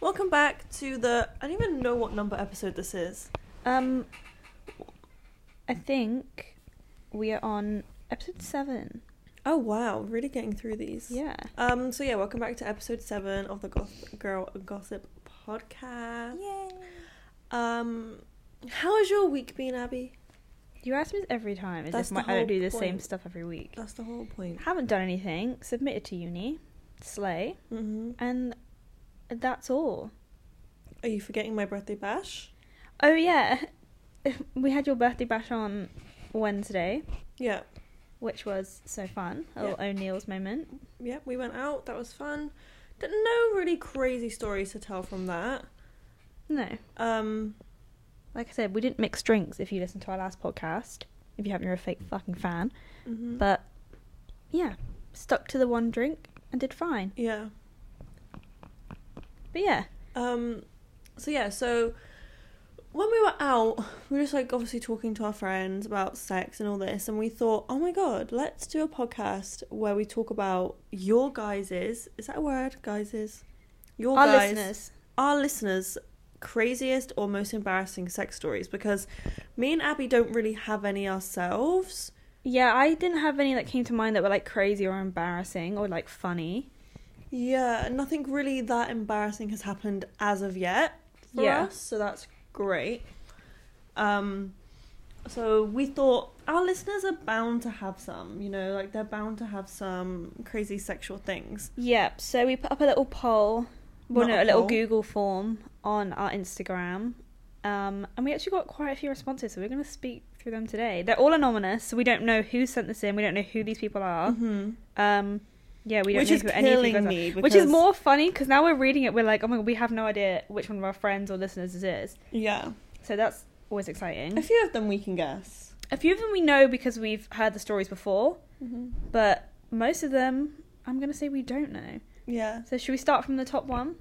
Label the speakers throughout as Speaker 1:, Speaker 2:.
Speaker 1: Welcome back to the. I don't even know what number episode this is.
Speaker 2: Um, I think we are on episode seven.
Speaker 1: Oh wow, really getting through these.
Speaker 2: Yeah.
Speaker 1: Um. So yeah, welcome back to episode seven of the Goth Girl Gossip Podcast.
Speaker 2: Yay.
Speaker 1: Um, how has your week been, Abby?
Speaker 2: You ask me this every time, as
Speaker 1: That's
Speaker 2: if my,
Speaker 1: the
Speaker 2: I
Speaker 1: whole
Speaker 2: don't do the same
Speaker 1: point.
Speaker 2: stuff every week.
Speaker 1: That's the whole point.
Speaker 2: Haven't done anything. Submitted to uni, slay,
Speaker 1: hmm
Speaker 2: and that's all.
Speaker 1: Are you forgetting my birthday bash?
Speaker 2: Oh yeah, we had your birthday bash on Wednesday,
Speaker 1: Yeah.
Speaker 2: which was so fun. A little O'Neill's moment.
Speaker 1: Yeah, we went out. That was fun. D- No really crazy stories to tell from that.
Speaker 2: No,
Speaker 1: Um.
Speaker 2: like I said, we didn't mix drinks. If you listen to our last podcast, if you haven't, you're a fake fucking fan.
Speaker 1: mhm.
Speaker 2: But yeah, stuck to the one drink and did fine.
Speaker 1: yeah.
Speaker 2: But yeah,
Speaker 1: Um, so yeah, so when we were out, we were just like obviously talking to our friends about sex and all this, and we thought, oh my god, let's do a podcast where we talk about your guys's is that a word, guys's, your
Speaker 2: our
Speaker 1: guys,
Speaker 2: listeners.
Speaker 1: our listeners' craziest or most embarrassing sex stories because me and Abby don't really have any ourselves.
Speaker 2: Yeah, I didn't have any that came to mind that were like crazy or embarrassing or like funny.
Speaker 1: Yeah, nothing really that embarrassing has happened as of yet for
Speaker 2: Yeah.
Speaker 1: us, so that's great. Um, so we thought our listeners are bound to have some, you know, like they're bound to have some crazy sexual things.
Speaker 2: Yep. So we put up a little poll, well,
Speaker 1: Not
Speaker 2: no,
Speaker 1: a
Speaker 2: a little
Speaker 1: poll.
Speaker 2: Google form on our Instagram, um, and we actually got quite a few responses. So we're going to speak through them today. They're all anonymous, so we don't know who sent this in. We don't know who these people are.
Speaker 1: Mm-hmm.
Speaker 2: Um, yeah, Uh-huh. we don't
Speaker 1: Which
Speaker 2: know
Speaker 1: is
Speaker 2: who any of you guys
Speaker 1: killing
Speaker 2: are.
Speaker 1: me.
Speaker 2: Which is
Speaker 1: because-
Speaker 2: more funny because now we're reading it, we're like, oh my god, we have no idea which one of our friends or listeners this is.
Speaker 1: Yeah.
Speaker 2: So that's always
Speaker 1: A
Speaker 2: exciting.
Speaker 1: few of them we can guess.
Speaker 2: A few of them we know because we've heard the stories before,
Speaker 1: Mm-hmm.
Speaker 2: but most of them, I'm going to say we don't know.
Speaker 1: Yeah.
Speaker 2: So should we start from the top one?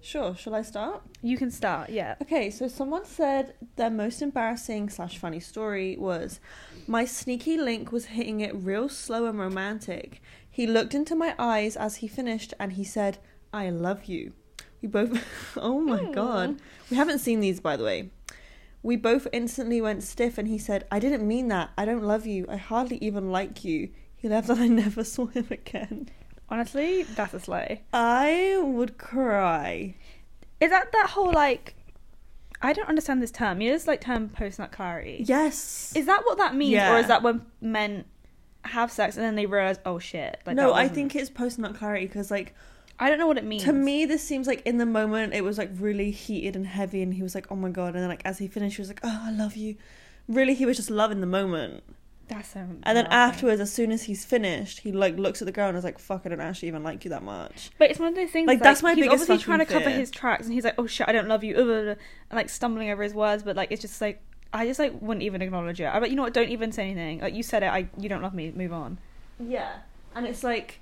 Speaker 1: Sure. Shall I start?
Speaker 2: You can start, yeah.
Speaker 1: Okay, so someone said their most embarrassing slash funny story was my sneaky link was hitting it real slow and romantic. He looked into my eyes as he finished and he said, I love you. We both, oh my
Speaker 2: Hmm.
Speaker 1: god. We haven't seen these by the way. We both instantly went stiff and he said, I didn't mean that. I don't love you. I hardly even like you. He left and I never saw him again.
Speaker 2: Honestly, that's a slay.
Speaker 1: I would cry.
Speaker 2: Is that that whole like? I don't understand this term. You know this like term post nut clarity.
Speaker 1: Yes.
Speaker 2: Is that what that means, or
Speaker 1: Yeah.
Speaker 2: is that when men have sex and then they realize, oh shit? Like,
Speaker 1: no,
Speaker 2: that
Speaker 1: I
Speaker 2: wasn't-
Speaker 1: think it's post nut clarity because, like,
Speaker 2: I don't know what it means.
Speaker 1: To me, this seems like in the moment it was like really heated and heavy, and he was like, "Oh my god!" And then like as he finished, he was like, "Oh, I love you." Really, he was just loving the moment.
Speaker 2: that's so
Speaker 1: And then
Speaker 2: laughing.
Speaker 1: afterwards, as soon as he's finished, he like looks at the girl and is like, "Fuck, I don't actually even like you that much."
Speaker 2: But it's one of those things.
Speaker 1: Like, that's my
Speaker 2: he's
Speaker 1: biggest
Speaker 2: obviously trying to
Speaker 1: fucking
Speaker 2: cover
Speaker 1: fear.
Speaker 2: his tracks, and he's like, "Oh shit, I don't love you," uh, blah, blah, blah, and like stumbling over his words. But like, it's just like I just like wouldn't even acknowledge it. I'm like, you know what? Don't even say anything. Like you said it. I you don't love me. Move on.
Speaker 1: Yeah, and it's like,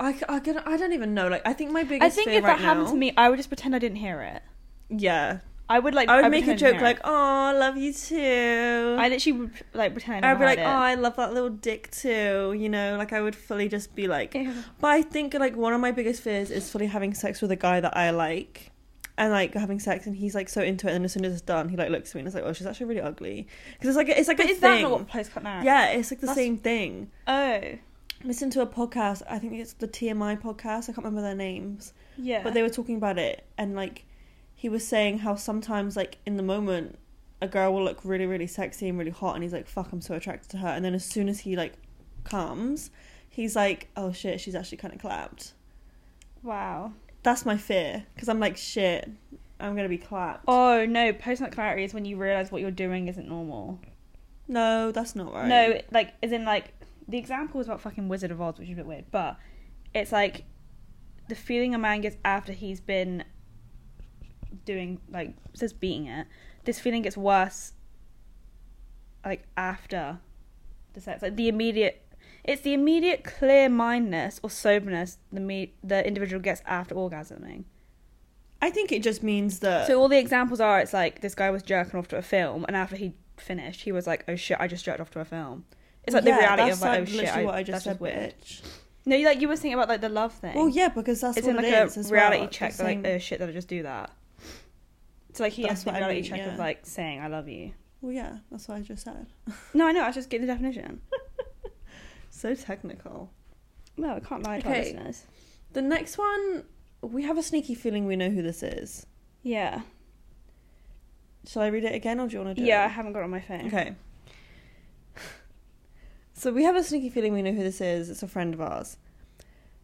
Speaker 1: I I, can, I don't even know. Like, I think my biggest
Speaker 2: I think
Speaker 1: fear
Speaker 2: if
Speaker 1: right
Speaker 2: that happened
Speaker 1: now-
Speaker 2: to me, I would just pretend I didn't hear it.
Speaker 1: yeah,
Speaker 2: I would like.
Speaker 1: I would
Speaker 2: I'd
Speaker 1: make a
Speaker 2: pretend I
Speaker 1: joke
Speaker 2: didn't
Speaker 1: like,
Speaker 2: hear
Speaker 1: "Oh, I love you too."
Speaker 2: it. I literally would like pretend.
Speaker 1: I'd be like, "Oh,
Speaker 2: I
Speaker 1: I love that little dick too," you know. Like, I would fully just be like,
Speaker 2: heard it.
Speaker 1: But I think like one of my biggest fears is fully having sex with a guy that I like, and like having sex, and he's like so into it, and as soon as it's done, he like looks at me and is like, "Oh, she's actually really ugly," because it's like a- it's like
Speaker 2: But
Speaker 1: a
Speaker 2: is that
Speaker 1: thing.
Speaker 2: not what post cut now?
Speaker 1: yeah, it's like the
Speaker 2: That's-
Speaker 1: same thing.
Speaker 2: Oh.
Speaker 1: Listen to a podcast. I think it's the TMI podcast. I can't remember their names,
Speaker 2: Yeah.
Speaker 1: but they were talking about it, and like he was saying how sometimes like in the moment a girl will look really really sexy and really hot, and he's like, "Fuck, I'm so attracted to her," and then as soon as he like comes, he's like, "Oh shit, she's actually kind of clapped."
Speaker 2: wow.
Speaker 1: That's my fear because I'm like shit. I'm gonna be clapped.
Speaker 2: Oh no, post nut clarity is when you realize what you're doing isn't normal.
Speaker 1: No, that's not right.
Speaker 2: No, like as in like the example was about fucking Wizard of Oz, which is a bit weird, but it's like the feeling a man gets after he's been doing like it says beating it. This feeling gets worse like after the sex. Like the immediate it's the immediate clear mindness or soberness the me- the individual gets after orgasming.
Speaker 1: I think it just means that.
Speaker 2: So all the examples are it's like this guy was jerking off to a film and after he finished he was like, Oh shit, I just jerked off to a film. It's like the
Speaker 1: Yeah,
Speaker 2: reality
Speaker 1: that's
Speaker 2: of like, oh
Speaker 1: like
Speaker 2: shit,
Speaker 1: literally
Speaker 2: I,
Speaker 1: what I
Speaker 2: that's
Speaker 1: just said,
Speaker 2: weird.
Speaker 1: bitch.
Speaker 2: No, you- like you were thinking about like the love thing.
Speaker 1: Well, yeah, because that's
Speaker 2: it's
Speaker 1: what
Speaker 2: in like
Speaker 1: it
Speaker 2: a
Speaker 1: is as
Speaker 2: reality
Speaker 1: well.
Speaker 2: check.
Speaker 1: The
Speaker 2: they're
Speaker 1: same-
Speaker 2: Like, oh shit, did I just do that? So like he
Speaker 1: That's
Speaker 2: has the
Speaker 1: what I
Speaker 2: reality
Speaker 1: mean,
Speaker 2: check
Speaker 1: yeah.
Speaker 2: of like saying I love you.
Speaker 1: Well, yeah, that's what I just said.
Speaker 2: No, I know. I was just getting the definition. so technical. Well, I can't lie to our
Speaker 1: Okay.
Speaker 2: listeners.
Speaker 1: The next one, we have a sneaky feeling we know who this is.
Speaker 2: Yeah.
Speaker 1: Shall I read it again, or do you want to do
Speaker 2: Yeah, I
Speaker 1: it?
Speaker 2: haven't got it on my phone.
Speaker 1: Okay. So we have a sneaky feeling we know who this is. It's a friend of ours.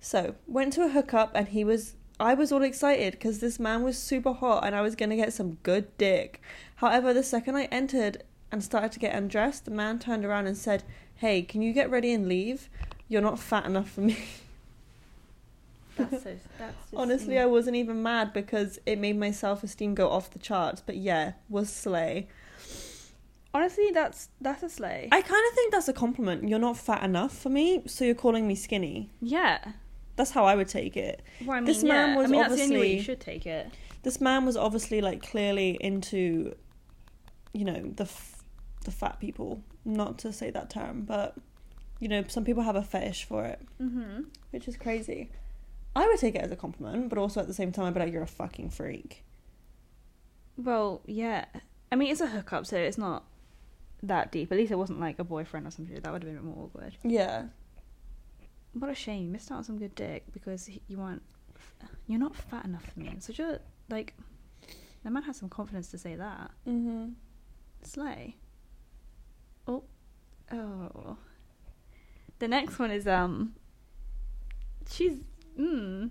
Speaker 1: So went to a hookup and he was. I was all excited because this man was super hot and I was gonna get some good dick. However, the second I entered and started to get undressed, the man turned around and said, "Hey, can you get ready and leave? You're not fat enough for me."
Speaker 2: That's so. That's
Speaker 1: Honestly, I wasn't even mad because it made my self esteem go off the charts. But yeah, was slay.
Speaker 2: Honestly, that's that's a slay.
Speaker 1: I kind of think that's a compliment. You're not fat enough for me, so you're calling me skinny.
Speaker 2: yeah.
Speaker 1: That's how I would take it.
Speaker 2: Well, I mean,
Speaker 1: This man
Speaker 2: yeah.
Speaker 1: was
Speaker 2: I mean, that's the only way you
Speaker 1: obviously-
Speaker 2: should take it.
Speaker 1: This man was obviously like clearly into, you know, the f- the fat people. Not to say that term, but you know, some people have a fetish for it,
Speaker 2: Mm-hmm.
Speaker 1: which is crazy. I would take it as a compliment, but also at the same time, I'd be like, "You're a fucking freak."
Speaker 2: Well, yeah. I mean, it's a hookup, so it's not that deep. At least it wasn't like a boyfriend or something. That would have been more awkward.
Speaker 1: Yeah,
Speaker 2: What a shame. You missed out on some good dick because he- you weren't. You're not fat enough for me. And such a. Like. That man has some confidence to say that.
Speaker 1: mm-hmm.
Speaker 2: Slay. Oh. Oh. The next one is, um. She's. Mm.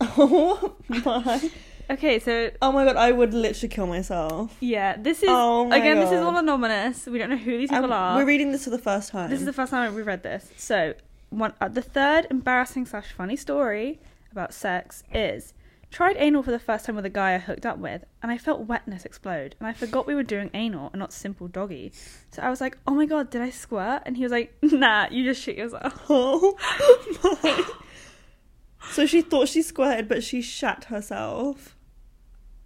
Speaker 1: Oh my!
Speaker 2: Okay, so.
Speaker 1: Oh my god! I would literally kill myself.
Speaker 2: Yeah, this is.
Speaker 1: Oh my
Speaker 2: again, this is
Speaker 1: God.
Speaker 2: all anonymous. We don't know who these people
Speaker 1: And
Speaker 2: are.
Speaker 1: We're reading this for the first time.
Speaker 2: This is the first time we've read this. So, one uh, the third embarrassing slash funny story about sex is tried anal for the first time with a guy I hooked up with, and I felt wetness explode, and I forgot we were doing anal and not simple doggy. So I was like, "Oh my god, did I squirt?" And he was like, "Nah, you just shit yourself."
Speaker 1: Oh my. So she thought she squirted, but she shat herself.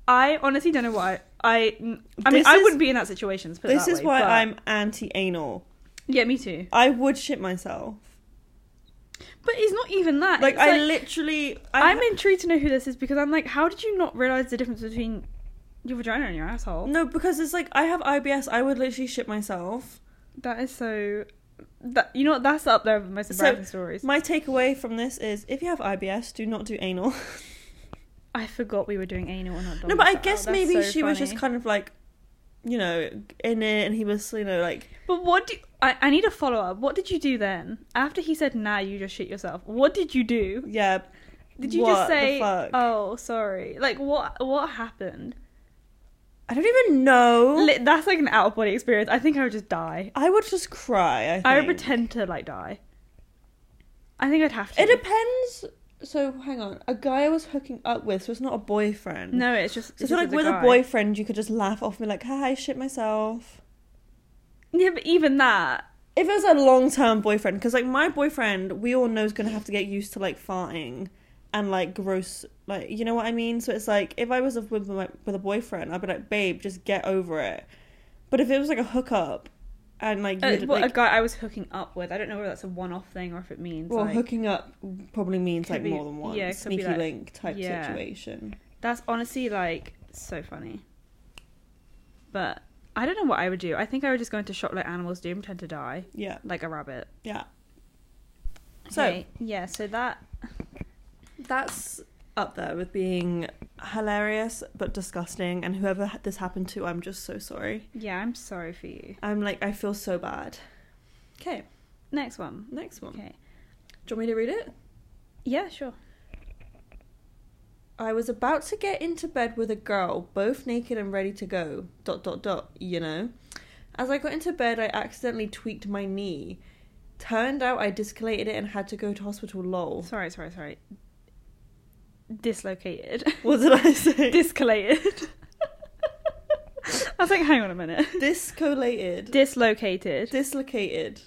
Speaker 2: I honestly don't know why. I I mean,
Speaker 1: This
Speaker 2: I
Speaker 1: is-
Speaker 2: wouldn't be in that situation. to put it
Speaker 1: this
Speaker 2: that
Speaker 1: is
Speaker 2: way,
Speaker 1: why
Speaker 2: but-
Speaker 1: I'm anti anal.
Speaker 2: Yeah, me too.
Speaker 1: I would shit myself.
Speaker 2: But it's not even that.
Speaker 1: Like,
Speaker 2: It's
Speaker 1: I literally. I,
Speaker 2: I'm intrigued to know who this is because I'm like, how did you not realize the difference between your vagina and your asshole?
Speaker 1: No, because it's like, I have IBS, I would literally shit myself.
Speaker 2: That is so. That you know what? That's up there with the most
Speaker 1: So,
Speaker 2: embarrassing stories.
Speaker 1: My takeaway from this is if you have IBS, do not do anal.
Speaker 2: I forgot we were doing anal or not.
Speaker 1: no, but I
Speaker 2: doggy
Speaker 1: guess
Speaker 2: style. That's
Speaker 1: maybe
Speaker 2: so
Speaker 1: she was just
Speaker 2: funny.
Speaker 1: kind of like, you know, in it, and he was, you know, like.
Speaker 2: But what do I? I need a follow up. What did you do then? After he said, "Nah, you just shit yourself." What did you do?
Speaker 1: Yeah.
Speaker 2: Did you
Speaker 1: what
Speaker 2: just
Speaker 1: the
Speaker 2: say,
Speaker 1: fuck?
Speaker 2: "Oh, sorry"? Like what? What happened?
Speaker 1: I don't even know.
Speaker 2: Li- That's like an out of body experience. I think I would just die.
Speaker 1: I would just cry. I, think.
Speaker 2: I would pretend to like die. I think I'd have to.
Speaker 1: It depends. So hang on, a guy I was hooking up with, so it's not a boyfriend.
Speaker 2: no, it's just.
Speaker 1: So I
Speaker 2: it's
Speaker 1: feel
Speaker 2: just
Speaker 1: Mm-hmm. like with
Speaker 2: guy.
Speaker 1: a boyfriend, you could just laugh off and be like, "Ha, I shit myself."
Speaker 2: Yeah, but even that.
Speaker 1: If it was a long-term boyfriend, because like my boyfriend, we all know is gonna have to get used to like farting and like gross, like you know what I mean. So it's like if I was with my, with a boyfriend, I'd be like, "Babe, just get over it." But if it was like a hookup, and like,
Speaker 2: Uh,
Speaker 1: you'd,
Speaker 2: well, a
Speaker 1: like
Speaker 2: guy I was hooking up with. I don't know whether that's a one-off thing or if it means
Speaker 1: well,
Speaker 2: like
Speaker 1: hooking up probably means
Speaker 2: Could
Speaker 1: like
Speaker 2: be-
Speaker 1: more than one
Speaker 2: yeah, it could be,
Speaker 1: sneaky
Speaker 2: like-
Speaker 1: link type
Speaker 2: yeah.
Speaker 1: situation.
Speaker 2: that's honestly like so funny. But I don't know what I would do. I think I would just go into shock like animals do, and pretend to die
Speaker 1: Yeah,
Speaker 2: like a rabbit.
Speaker 1: yeah. So-
Speaker 2: So yeah, so that
Speaker 1: That's up there with being hilarious but disgusting. And whoever ha- this happened to, I'm just so sorry.
Speaker 2: yeah, I'm sorry for you.
Speaker 1: I'm like, I feel so bad. Okay,
Speaker 2: Next one.
Speaker 1: next one.
Speaker 2: Okay.
Speaker 1: Do you want me to read it?
Speaker 2: Yeah, sure.
Speaker 1: I was about to get into bed with a girl, both naked and ready to go. Dot dot dot, you know. As I got into bed, I accidentally tweaked my knee. Turned out I dislocated it and had to go to hospital. Lol.
Speaker 2: Sorry, sorry, sorry. Dislocated.
Speaker 1: What did I say?
Speaker 2: Discolated. I was like, hang on a minute.
Speaker 1: Discolated.
Speaker 2: Dislocated.
Speaker 1: dislocated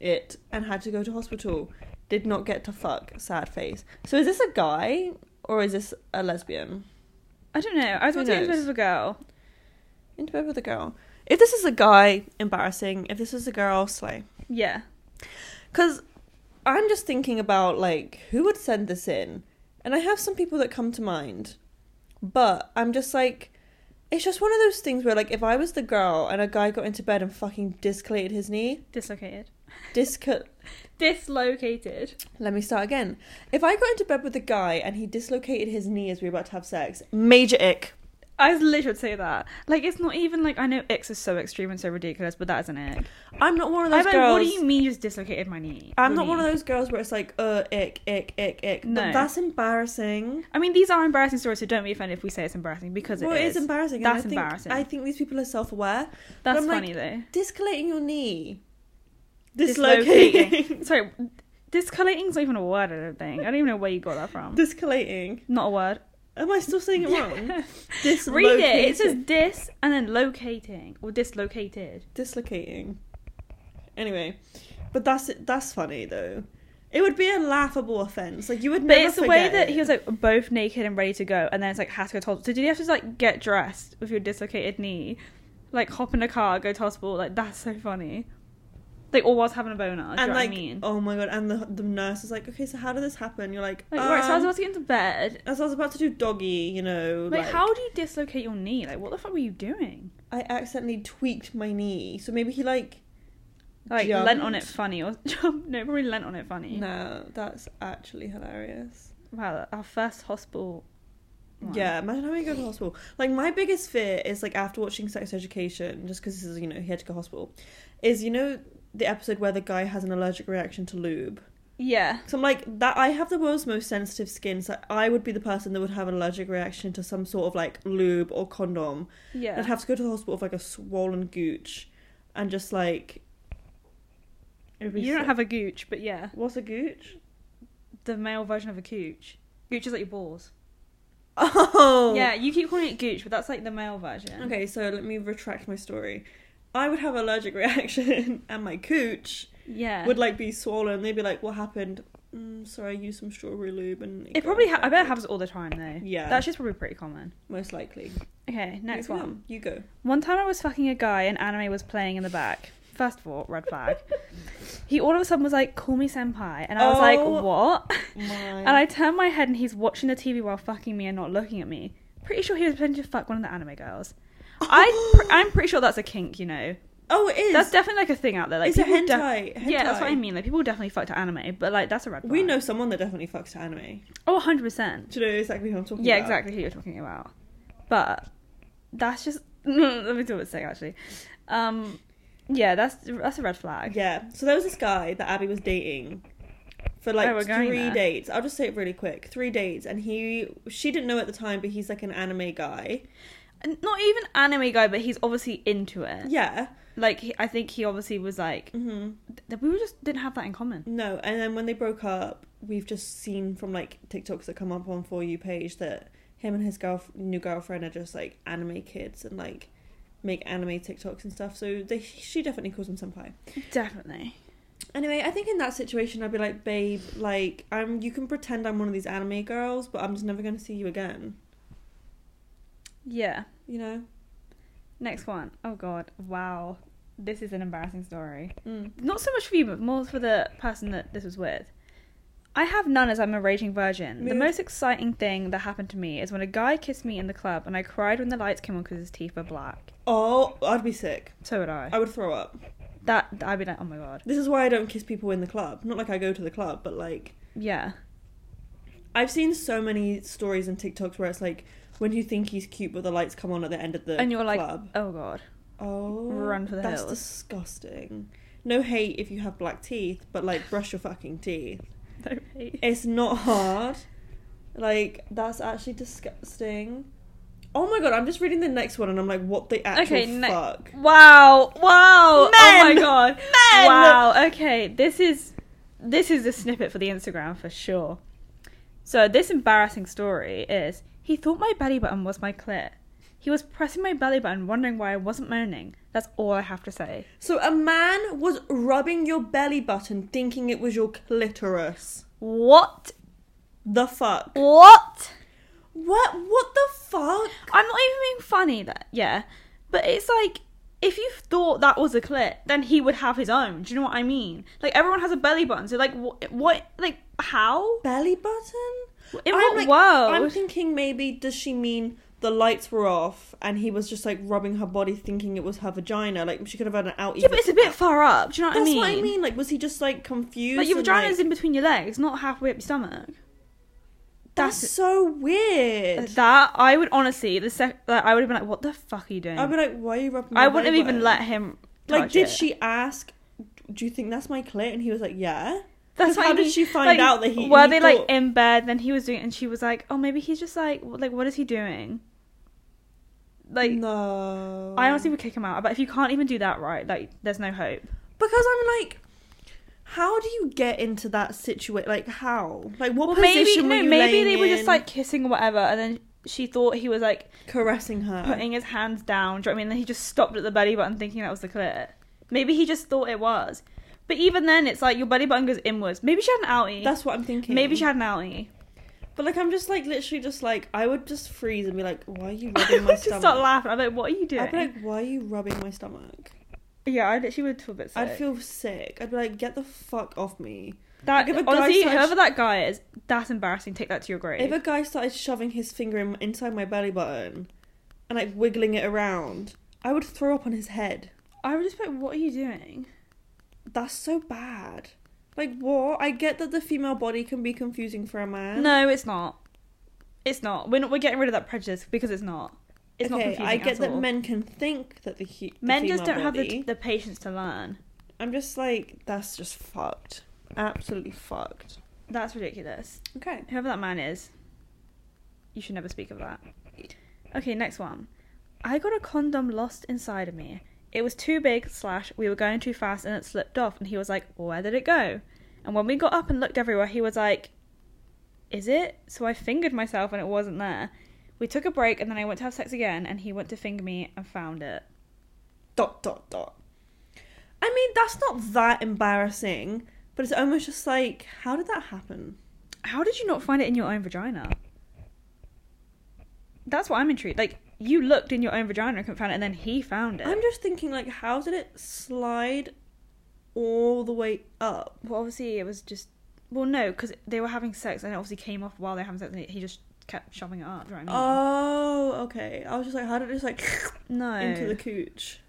Speaker 1: it and had to go to hospital. Did not get to fuck. Sad face. So is this a guy or is this a lesbian?
Speaker 2: I don't know. I was
Speaker 1: Who
Speaker 2: about to get into bed
Speaker 1: knows?
Speaker 2: with a girl.
Speaker 1: Into bed with a girl. If this is a guy, embarrassing. If this is a girl, slay.
Speaker 2: Yeah.
Speaker 1: Because I'm just thinking about like who would send this in, and I have some people that come to mind, but I'm just like, it's just one of those things where like if I was the girl and a guy got into bed and fucking dislocated his knee,
Speaker 2: Dislocated.
Speaker 1: disco.
Speaker 2: Dislocated.
Speaker 1: Let me start again. If I got into bed with a guy and he dislocated his knee as we were about to have sex, major ick.
Speaker 2: I was literally would say that. Like, it's not even like I know X is so extreme and so ridiculous, but that isn't it.
Speaker 1: I'm not one of
Speaker 2: I
Speaker 1: those
Speaker 2: mean,
Speaker 1: girls.
Speaker 2: what do you mean you just dislocated my knee?
Speaker 1: I'm
Speaker 2: Your
Speaker 1: not one of
Speaker 2: knee?
Speaker 1: those girls where it's like, uh, ick, ick, ick, ick.
Speaker 2: No.
Speaker 1: But that's embarrassing.
Speaker 2: I mean, these are embarrassing stories, so don't be offended if we say it's embarrassing because it
Speaker 1: well, it
Speaker 2: is.
Speaker 1: is embarrassing. and
Speaker 2: That's
Speaker 1: I think,
Speaker 2: embarrassing.
Speaker 1: I think these people are self-aware.
Speaker 2: That's
Speaker 1: I'm like-
Speaker 2: funny though.
Speaker 1: Discolating your knee,
Speaker 2: Dislocating. Sorry, discolating's not even a word. I don't think. I don't even know where you got that from.
Speaker 1: discolating.
Speaker 2: not a word.
Speaker 1: Am I still saying it wrong?
Speaker 2: Read it. It
Speaker 1: Dislocating.
Speaker 2: says dis and then locating or dislocated.
Speaker 1: dislocating. Anyway, but that's that's funny though. It would be a laughable offense. Like you would
Speaker 2: But
Speaker 1: never.
Speaker 2: it's the way
Speaker 1: forget
Speaker 2: that
Speaker 1: it.
Speaker 2: he was like both naked and ready to go, and then it's like has to go to hospital. So did you have to like get dressed with your dislocated knee, like hop in a car, go to hospital? Like that's so funny. Like or was having a boner. Do you know
Speaker 1: and
Speaker 2: what
Speaker 1: like,
Speaker 2: I mean?
Speaker 1: oh my god! And the the nurse is like, okay, so how did this happen? You're like,
Speaker 2: Like, right, so I was
Speaker 1: um, oh,
Speaker 2: about to get into bed.
Speaker 1: as I was about to do doggy, you know,
Speaker 2: Like, how do you dislocate your knee? Like, what the fuck were you doing?
Speaker 1: I accidentally tweaked my knee, so maybe he like,
Speaker 2: Like, lent on it
Speaker 1: Jumped.
Speaker 2: funny or jump? No, probably lent on it funny.
Speaker 1: no, that's actually hilarious.
Speaker 2: Wow, our first hospital. one.
Speaker 1: Yeah, imagine how many go to hospital. Like my biggest fear is like after watching Sex Education, just because this is you know he had to go to hospital, is you know the episode where the guy has an allergic reaction to lube.
Speaker 2: Yeah.
Speaker 1: So I'm like that. I have the world's most sensitive skin, so I would be the person that would have an allergic reaction to some sort of like lube or condom.
Speaker 2: Yeah.
Speaker 1: I'd have to go to the hospital with like a swollen gooch, and just like. it would be
Speaker 2: you don't
Speaker 1: so-
Speaker 2: have a gooch, but yeah,
Speaker 1: What's a gooch?
Speaker 2: the male version of a gooch. Gooch is like your balls.
Speaker 1: Oh.
Speaker 2: Yeah, you keep calling it gooch, but that's like the male version.
Speaker 1: Okay, so let me retract my story. I would have allergic reaction, and my cooch
Speaker 2: Yeah.
Speaker 1: would like be swollen. They'd be like, "What happened?" Mm, sorry, I used some strawberry lube, and
Speaker 2: it
Speaker 1: got
Speaker 2: probably. Ha- I bet it
Speaker 1: infected."
Speaker 2: happens all the time though.
Speaker 1: Yeah,
Speaker 2: That's just probably pretty common.
Speaker 1: most likely.
Speaker 2: Okay, next
Speaker 1: Moving
Speaker 2: one.
Speaker 1: on. You go.
Speaker 2: One time I was fucking a guy and anime was playing in the back. First of all, red flag. he all of a sudden was like, "Call me senpai," and I was
Speaker 1: Oh.
Speaker 2: like, "What?"
Speaker 1: Mine.
Speaker 2: And I turned my head and he's watching the TV while fucking me and not looking at me. Pretty sure he was pretending to fuck one of the anime girls. I pr- I'm pretty sure that's a kink, you know.
Speaker 1: oh, it is.
Speaker 2: That's definitely like a thing out there. Like
Speaker 1: it's a
Speaker 2: people
Speaker 1: hentai.
Speaker 2: def-
Speaker 1: hentai.
Speaker 2: Yeah, that's what I mean. Like people definitely fuck to anime, but like that's a red flag.
Speaker 1: We know someone that definitely fucks to anime.
Speaker 2: Oh, 100%.
Speaker 1: Do you know exactly who I'm talking
Speaker 2: Yeah,
Speaker 1: about?
Speaker 2: exactly who you're talking about. But that's just let me do what's saying actually. Um, yeah, that's that's a red flag.
Speaker 1: Yeah. So there was this guy that Abby was dating for like
Speaker 2: Oh, we're
Speaker 1: three
Speaker 2: going there.
Speaker 1: dates. I'll just say it really quick. Three dates, and he she didn't know at the time, but he's like an anime guy.
Speaker 2: And Not even anime guy, but he's obviously into it.
Speaker 1: Yeah.
Speaker 2: Like he, I think he obviously was like
Speaker 1: hmm
Speaker 2: th- we were just didn't have that in common.
Speaker 1: No, and then when they broke up, we've just seen from like TikToks that come up on for you page that him and his girl new girlfriend are just like anime kids and like make anime TikToks and stuff. So they she definitely calls him senpai.
Speaker 2: Definitely.
Speaker 1: Anyway, I think in that situation I'd be like, babe, like I'm you can pretend I'm one of these anime girls, but I'm just never gonna see you again.
Speaker 2: Yeah.
Speaker 1: You know?
Speaker 2: Next one. Oh god. Wow. This is an embarrassing story.
Speaker 1: Mm.
Speaker 2: Not so much for you, but more for the person that this was with. I have none as I'm a raging virgin. The
Speaker 1: Mood.
Speaker 2: most exciting thing that happened to me is when a guy kissed me in the club and I cried when the lights came on because his teeth were black.
Speaker 1: Oh, I'd be sick.
Speaker 2: So would I.
Speaker 1: I would throw up.
Speaker 2: That I'd be like, oh my god.
Speaker 1: This is why I don't kiss people in the club. Not like I go to the club, but like
Speaker 2: Yeah.
Speaker 1: I've seen so many stories and TikToks where it's like when you think he's cute, but the lights come on at the end of the
Speaker 2: and you're like,
Speaker 1: club.
Speaker 2: oh god.
Speaker 1: Oh,
Speaker 2: run for the
Speaker 1: that's
Speaker 2: hills.
Speaker 1: disgusting. No hate if you have black teeth, but like brush your fucking teeth.
Speaker 2: Don't hate.
Speaker 1: It's not hard. Like that's actually disgusting. Oh my god, I'm just reading the next one and I'm like, what the actual
Speaker 2: Okay, ne-
Speaker 1: fuck?
Speaker 2: Wow. Wow. Oh my
Speaker 1: Men!
Speaker 2: god.
Speaker 1: Men!
Speaker 2: Wow. Okay. This is this is a snippet for the Instagram for sure. So this embarrassing story is he thought my belly button was my clit. He was pressing my belly button, wondering why I wasn't moaning. That's all I have to say.
Speaker 1: So a man was rubbing your belly button, thinking it was your clitoris.
Speaker 2: What?
Speaker 1: The fuck?
Speaker 2: What?
Speaker 1: What? What the fuck?
Speaker 2: I'm not even being funny. That yeah, but it's like if you thought that was a clit, then he would have his own. Do you know what I mean? Like everyone has a belly button, so like what? what like how?
Speaker 1: Belly button?
Speaker 2: In
Speaker 1: I'm
Speaker 2: what
Speaker 1: like- I'm
Speaker 2: world?
Speaker 1: thinking maybe does she mean the lights were off and he was just like rubbing her body thinking it was her vagina? Like she could have had an out.
Speaker 2: yeah, but it's a bit far up. Do you know what
Speaker 1: That's
Speaker 2: I mean?
Speaker 1: what I mean. Like was he just like confused?
Speaker 2: Like your
Speaker 1: and,
Speaker 2: vagina's
Speaker 1: like-
Speaker 2: in between your legs, not halfway up your stomach.
Speaker 1: that's, so weird.
Speaker 2: That I would honestly the sec like I would have been like, what the fuck are you doing?
Speaker 1: I'd be like, why are you rubbing?
Speaker 2: I
Speaker 1: my
Speaker 2: wouldn't have
Speaker 1: belly
Speaker 2: even
Speaker 1: button?
Speaker 2: let him.
Speaker 1: Like,
Speaker 2: touch
Speaker 1: did
Speaker 2: it.
Speaker 1: she ask? Do you think that's my clit? And he was like, yeah.
Speaker 2: That's
Speaker 1: 'Cause
Speaker 2: what
Speaker 1: how
Speaker 2: I
Speaker 1: did
Speaker 2: mean.
Speaker 1: she find
Speaker 2: Like,
Speaker 1: out that he?
Speaker 2: Were
Speaker 1: he
Speaker 2: they like
Speaker 1: thought-
Speaker 2: in bed? Then he was doing, it, and she was like, "Oh, maybe he's just like, w- like, what is he doing?" Like,
Speaker 1: no.
Speaker 2: I honestly would kick him out. But if you can't even do that right, like, there's no hope.
Speaker 1: because I'm like, how do you get into that situation? Like how? Like what
Speaker 2: well,
Speaker 1: position were
Speaker 2: maybe no,
Speaker 1: you
Speaker 2: maybe
Speaker 1: laying
Speaker 2: they were just
Speaker 1: in?
Speaker 2: like kissing or whatever, and then she thought he was like
Speaker 1: caressing her?
Speaker 2: putting his hands down. Do you know what I mean? Then he just stopped at the belly button, thinking that was the clit. Maybe he just thought it was. But even then, it's like your belly button goes inwards. Maybe she had an outie.
Speaker 1: That's what I'm thinking.
Speaker 2: maybe she had an outie.
Speaker 1: But like I'm just like literally just like I would just freeze and be like, why are you
Speaker 2: I
Speaker 1: rubbing my
Speaker 2: would just start
Speaker 1: stomach?
Speaker 2: laughing. I'm like, what are you doing?
Speaker 1: I'd be like, why are you rubbing my stomach?
Speaker 2: yeah, I literally would feel a bit sick.
Speaker 1: I'd feel sick. I'd be like, get the fuck off me.
Speaker 2: That
Speaker 1: Like, if a guy
Speaker 2: honestly,
Speaker 1: starts-
Speaker 2: whoever that guy is, that's embarrassing. Take that to your grave.
Speaker 1: If a guy started shoving his finger in, inside my belly button and like wiggling it around, I would throw up on his head.
Speaker 2: I would just be like, "What are you doing?"
Speaker 1: That's so bad. Like what? I get that the female body can be confusing for a man.
Speaker 2: No, it's not. It's not. We're not. We're getting rid of that prejudice because it's not. It's not confusing
Speaker 1: I get
Speaker 2: at
Speaker 1: that
Speaker 2: all.
Speaker 1: men can think that the, hu- the
Speaker 2: Men just
Speaker 1: female
Speaker 2: don't have
Speaker 1: body-
Speaker 2: the, the patience to learn.
Speaker 1: I'm just like that's just fucked. Absolutely fucked.
Speaker 2: That's ridiculous.
Speaker 1: Okay.
Speaker 2: Whoever that man is, you should never speak of that. Okay, next one. I got a condom lost inside of me. It was too big, slash, we were going too fast and it slipped off. And he was like, Where did it go? And when we got up and looked everywhere, he was like, Is it? So I fingered myself and it wasn't there. We took a break and then I went to have sex again and he went to finger me and found it.
Speaker 1: Dot dot dot. I mean, that's not that embarrassing, but it's almost just like, how did that happen?
Speaker 2: How did you not find it in your own vagina? That's what I'm intrigued. Like, you looked in your own vagina and couldn't find it, and then he found it.
Speaker 1: I'm just thinking, like, how did it slide all the way up?
Speaker 2: Well, obviously it was just. Well, no, because they were having sex, and it obviously came off while they were having sex, and he just kept shoving it up. Do you know what I mean?
Speaker 1: Oh, okay. I was just like, how did it just like
Speaker 2: no.
Speaker 1: into the cooch?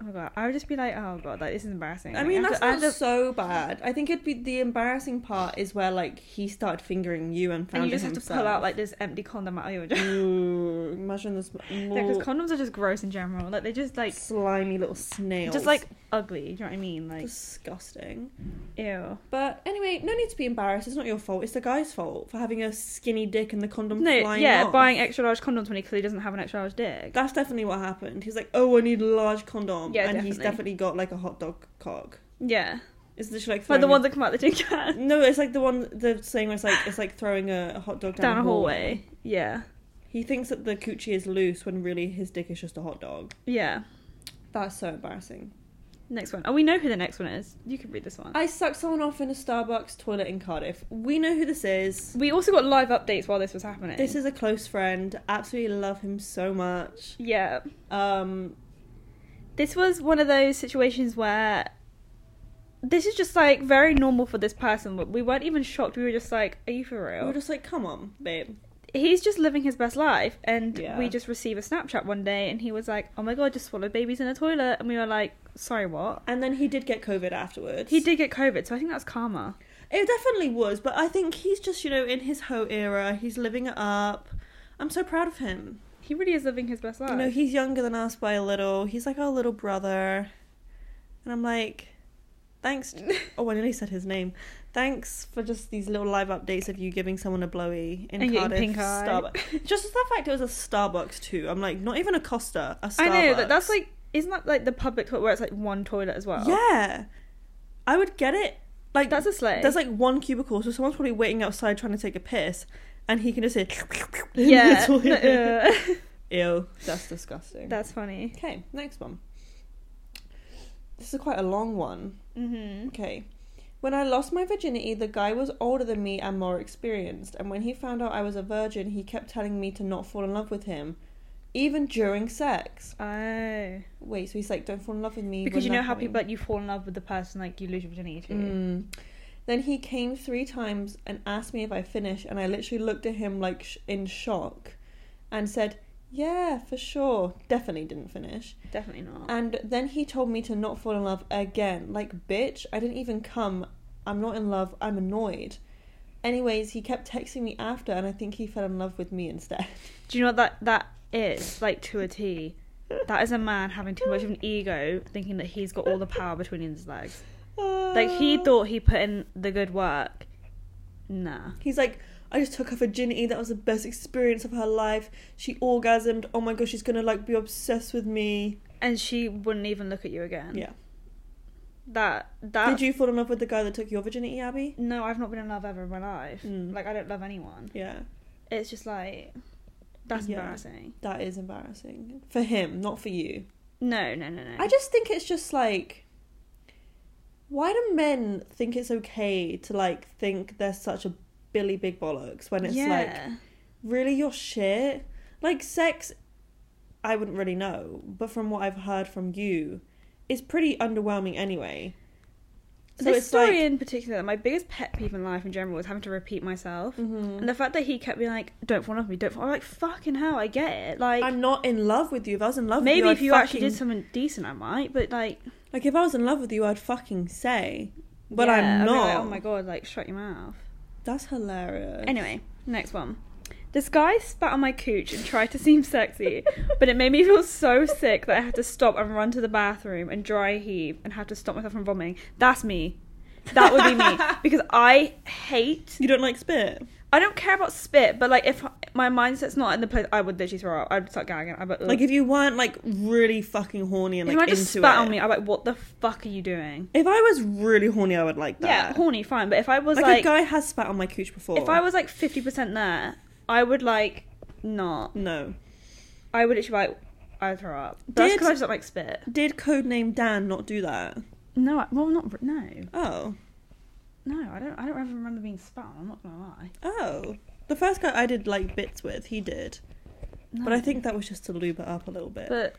Speaker 2: Oh my god, I would just be like, oh god, like this is embarrassing.
Speaker 1: I
Speaker 2: Like,
Speaker 1: mean,
Speaker 2: have
Speaker 1: that's
Speaker 2: to- I have
Speaker 1: not
Speaker 2: to-
Speaker 1: so bad. I think it'd be the embarrassing part is where like he started fingering you and found
Speaker 2: And you just
Speaker 1: it
Speaker 2: have to
Speaker 1: himself.
Speaker 2: pull out like this empty condom out of your vagina.
Speaker 1: Ooh, imagine this
Speaker 2: Because
Speaker 1: more
Speaker 2: condoms are just gross in general. Like they just like
Speaker 1: slimy little snails.
Speaker 2: just like ugly. Do you know what I mean? Like
Speaker 1: disgusting.
Speaker 2: ew.
Speaker 1: But anyway, no need to be embarrassed. It's not your fault. It's the guy's fault for having a skinny dick and the condom
Speaker 2: No,
Speaker 1: flying
Speaker 2: yeah,
Speaker 1: off.
Speaker 2: buying extra large condoms when he clearly doesn't have an extra large dick.
Speaker 1: That's definitely what happened. He's like, "Oh, I need a large condom,"
Speaker 2: Yeah,
Speaker 1: and he's definitely
Speaker 2: definitely.
Speaker 1: got like a hot dog cock.
Speaker 2: yeah,
Speaker 1: It's literally like
Speaker 2: like the
Speaker 1: throwing-
Speaker 2: ones that come out the tin can
Speaker 1: No, it's like the one the saying where it's like it's like throwing a, a hot dog down,
Speaker 2: down a
Speaker 1: the
Speaker 2: hallway. Yeah,
Speaker 1: He thinks that the coochie is loose when really his dick is just a hot dog.
Speaker 2: yeah.
Speaker 1: That's so embarrassing.
Speaker 2: Next one. Oh, we know who the next one is. You can read this one.
Speaker 1: I sucked someone off in a Starbucks toilet in Cardiff. We know who this is.
Speaker 2: We also got live updates while this was happening.
Speaker 1: This is a close friend. Absolutely love him so much.
Speaker 2: yeah.
Speaker 1: Um,
Speaker 2: This was one of those situations where this is just like very normal for this person. but We weren't even shocked. We were just like, "Are you for
Speaker 1: we were
Speaker 2: real?"
Speaker 1: just like, come on, babe.
Speaker 2: He's just living his best life, and
Speaker 1: Yeah.
Speaker 2: we just received a Snapchat one day, and he was like, "Oh my god, just swallowed babies in a toilet," and we were like, "Sorry, what?"
Speaker 1: And then he did get COVID afterwards.
Speaker 2: He did get COVID, so I think that's karma.
Speaker 1: It definitely was, but I think he's just you know in his hoe era. He's living it up. I'm so proud of him.
Speaker 2: He really is living his best life.
Speaker 1: You know, he's younger than us by a little. He's like our little brother. And I'm like, thanks. Oh, I nearly said his name. Thanks for just these little live updates of you giving someone a blowy in
Speaker 2: And getting
Speaker 1: Cardiff.
Speaker 2: pink eye.
Speaker 1: Starbucks. just the fact it was a Starbucks too. I'm like, not even a Costa, a Starbucks.
Speaker 2: I know that that's like, isn't that like the public toilet where it's like one toilet as well?
Speaker 1: Yeah. I would get it. Like,
Speaker 2: That's a slay.
Speaker 1: there's like one cubicle, so someone's probably waiting outside trying to take a piss, and he can just hear. in the
Speaker 2: yeah.
Speaker 1: toilet.
Speaker 2: Yeah.
Speaker 1: Ew. That's disgusting.
Speaker 2: that's funny.
Speaker 1: Okay, next one. This is quite a long one.
Speaker 2: Mm-hmm.
Speaker 1: Okay. When I lost my virginity, the guy was older than me and more experienced, and when he found out I was a virgin, he kept telling me to not fall in love with him. even during sex.
Speaker 2: Oh.
Speaker 1: Wait, so he's like, don't fall in love with me
Speaker 2: Because you
Speaker 1: when
Speaker 2: know
Speaker 1: that
Speaker 2: how people
Speaker 1: happened."
Speaker 2: like you fall in love with the person like you lose your virginity to.
Speaker 1: Mm. Then he came three times and asked me if I finished, and I literally looked at him like sh- in shock, and said, "Yeah, for sure, definitely didn't finish."
Speaker 2: Definitely not.
Speaker 1: And then he told me to not fall in love again. Like, bitch, I didn't even come. I'm not in love. I'm annoyed. Anyways, he kept texting me after, and I think he fell in love with me instead.
Speaker 2: Do you know what that that is? Like to a T. That is a man having too much of an ego, thinking that he's got all the power between his legs. Like he
Speaker 1: Uh,
Speaker 2: thought he put in the good work. Nah.
Speaker 1: He's like, I just took her virginity. That was the best experience of her life. She orgasmed. Oh my gosh, she's gonna like be obsessed with me.
Speaker 2: And she wouldn't even look at you again.
Speaker 1: Yeah.
Speaker 2: That that
Speaker 1: Did you fall in love with the guy that took your virginity, Abby?
Speaker 2: No, I've not been in love ever in my life.
Speaker 1: Mm.
Speaker 2: Like I don't love anyone.
Speaker 1: Yeah,
Speaker 2: It's just like that's
Speaker 1: Yeah.
Speaker 2: embarrassing.
Speaker 1: that is embarrassing for him, not for you.
Speaker 2: No, no, no, no.
Speaker 1: I just think it's just like, why do men think it's okay to like think they're such a Billy Big Bollocks when it's like
Speaker 2: yeah.
Speaker 1: really your shit? Like sex, I wouldn't really know, but from what I've heard from you, it's pretty underwhelming anyway. So
Speaker 2: this
Speaker 1: it's
Speaker 2: story
Speaker 1: like,
Speaker 2: in particular, my biggest pet peeve in life in general was having to repeat myself.
Speaker 1: Mhm.
Speaker 2: And the fact that he kept being like, "Don't fall in love with me," don't fall. I'm like, "Fucking hell, I get it." Like,
Speaker 1: I'm not in love with you. If I was in love
Speaker 2: maybe
Speaker 1: with
Speaker 2: if
Speaker 1: you,
Speaker 2: you
Speaker 1: I'd
Speaker 2: actually
Speaker 1: fucking
Speaker 2: did something decent, I might. But like,
Speaker 1: Like if I was in love with you, I'd fucking say. But
Speaker 2: yeah, I'd
Speaker 1: I'm
Speaker 2: be
Speaker 1: not.
Speaker 2: like, oh my god, like, shut your mouth.
Speaker 1: That's hilarious.
Speaker 2: Anyway, next one. This guy spat on my cooch and tried to seem sexy, but it made me feel so sick that I had to stop and run to the bathroom and dry heave and had to stop myself from vomiting. That's me. That would be me because I hate
Speaker 1: you don't like spit.
Speaker 2: I don't care about spit, but like if my mindset's not in the place, I would literally throw up. I'd start gagging. I'd be like,
Speaker 1: Like
Speaker 2: if,
Speaker 1: if you weren't like really fucking horny and
Speaker 2: if
Speaker 1: like
Speaker 2: I
Speaker 1: into
Speaker 2: just spat
Speaker 1: it.
Speaker 2: on me, I'd be like, what the fuck are you doing?
Speaker 1: If I was really horny, I would like
Speaker 2: Yeah,
Speaker 1: that.
Speaker 2: horny, fine. But if I was
Speaker 1: Like,
Speaker 2: like,
Speaker 1: a guy has spat on my cooch before.
Speaker 2: if I was like fifty percent there, I would like not.
Speaker 1: no.
Speaker 2: I would literally be like, I'd throw up. But that's
Speaker 1: Did-
Speaker 2: because I just don't like spit.
Speaker 1: Did codename Dan not do that?
Speaker 2: No, I, well, not re- no,
Speaker 1: Oh,
Speaker 2: no. I don't. I don't ever remember being spat on. I'm not gonna lie.
Speaker 1: oh. The first guy I did like bits with, he did,
Speaker 2: No.
Speaker 1: but I think that was just to lube it up a little bit.
Speaker 2: But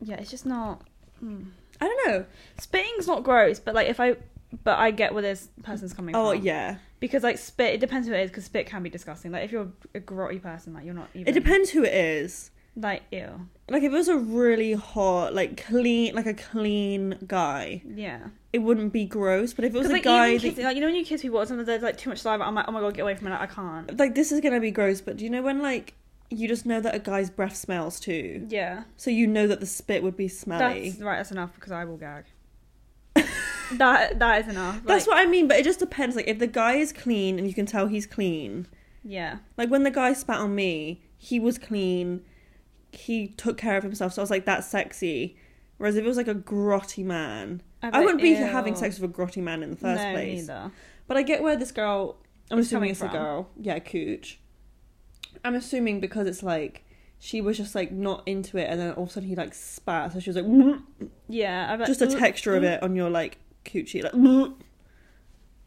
Speaker 2: yeah, it's just not. Mm.
Speaker 1: I don't know.
Speaker 2: Spitting's not gross, but like if I, but I get where this person's coming
Speaker 1: Oh
Speaker 2: from.
Speaker 1: yeah,
Speaker 2: Because like spit, it depends who it is. Because spit can be disgusting. Like if you're a grotty person, like you're not even.
Speaker 1: it depends who it is.
Speaker 2: Like ew.
Speaker 1: Like if it was a really hot, like clean, like a clean guy,
Speaker 2: Yeah.
Speaker 1: it wouldn't be gross. But if it was
Speaker 2: Because
Speaker 1: a
Speaker 2: like
Speaker 1: guy,
Speaker 2: even
Speaker 1: that,
Speaker 2: kissing, like you know when you kiss people, or sometimes there's like too much saliva. I'm like, oh my god, get away from me! Like I can't.
Speaker 1: like this is gonna be gross. But do you know when like you just know that a guy's breath smells too,
Speaker 2: Yeah.
Speaker 1: so you know that the spit would be smelly.
Speaker 2: That's
Speaker 1: That's,
Speaker 2: right. That's enough because I will gag. that that is enough. Like,
Speaker 1: what I mean. But it just depends. Like if the guy is clean and you can tell he's clean.
Speaker 2: Yeah.
Speaker 1: Like when the guy spat on me, he was clean. He took care of himself, so I was like, that's sexy. Whereas if it was like a grotty man,
Speaker 2: I'd
Speaker 1: I wouldn't be
Speaker 2: like,
Speaker 1: having
Speaker 2: ew.
Speaker 1: sex with a grotty man in the first
Speaker 2: no,
Speaker 1: place.
Speaker 2: Neither.
Speaker 1: But I get where this girl. I'm
Speaker 2: It's
Speaker 1: assuming
Speaker 2: coming
Speaker 1: it's a
Speaker 2: from.
Speaker 1: girl. Yeah, cooch. I'm assuming because it's like she was just like not into it, and then all of a sudden he like spat, so she was like "Mm,"
Speaker 2: Yeah. I'd be like,
Speaker 1: just the
Speaker 2: "Ooh,
Speaker 1: texture of
Speaker 2: ooh."
Speaker 1: it on your like coochie. Like "Mm."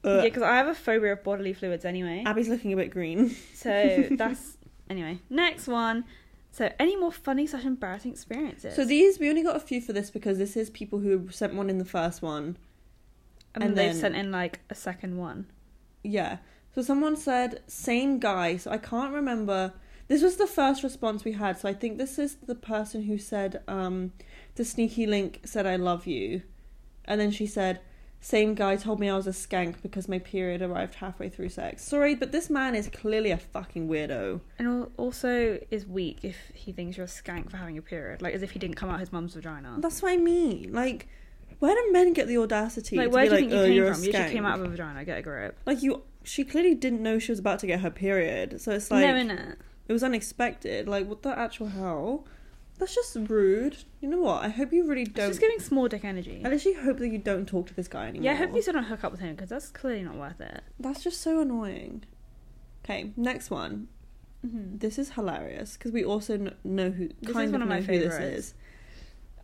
Speaker 2: Yeah,
Speaker 1: Ugh. Ah.
Speaker 2: because I have a phobia of bodily fluids anyway.
Speaker 1: Abby's looking a bit green.
Speaker 2: So that's anyway. Next one. So any more funny slash embarrassing experiences?
Speaker 1: So these we only got a few for this because this is people who sent one in the first one.
Speaker 2: and,
Speaker 1: and
Speaker 2: they've
Speaker 1: then-
Speaker 2: sent in like a second one.
Speaker 1: Yeah. So someone said same guy. So I can't remember. This was the first response we had. So I think this is the person who said um the sneaky link said I love you. And then she said same guy told me I was a skank because my period arrived halfway through sex. Sorry, but this man is clearly a fucking weirdo.
Speaker 2: And al- also is weak if he thinks you're a skank for having a period, like as if he didn't come out his mum's vagina.
Speaker 1: That's what I mean. Like where do men get the audacity
Speaker 2: Like
Speaker 1: to
Speaker 2: where
Speaker 1: be
Speaker 2: do
Speaker 1: like,
Speaker 2: you think you
Speaker 1: "Oh,
Speaker 2: came
Speaker 1: you're a
Speaker 2: from? You just came
Speaker 1: skank?"
Speaker 2: out of a vagina. Get a grip.
Speaker 1: Like you she clearly didn't know she was about to get her period. So it's like
Speaker 2: no, innit?
Speaker 1: It was unexpected. Like, what the actual hell? That's just rude. You know what? I hope you really
Speaker 2: It's
Speaker 1: don't.
Speaker 2: just giving small dick energy.
Speaker 1: I literally hope that you don't talk to this guy anymore.
Speaker 2: Yeah, I hope you still don't hook up with him because that's clearly not worth it.
Speaker 1: That's just so annoying. Okay, next one.
Speaker 2: Mm-hmm.
Speaker 1: This is hilarious because we also kn- know who.
Speaker 2: This
Speaker 1: kind
Speaker 2: is one
Speaker 1: of
Speaker 2: of my
Speaker 1: know who this
Speaker 2: favourites.
Speaker 1: is.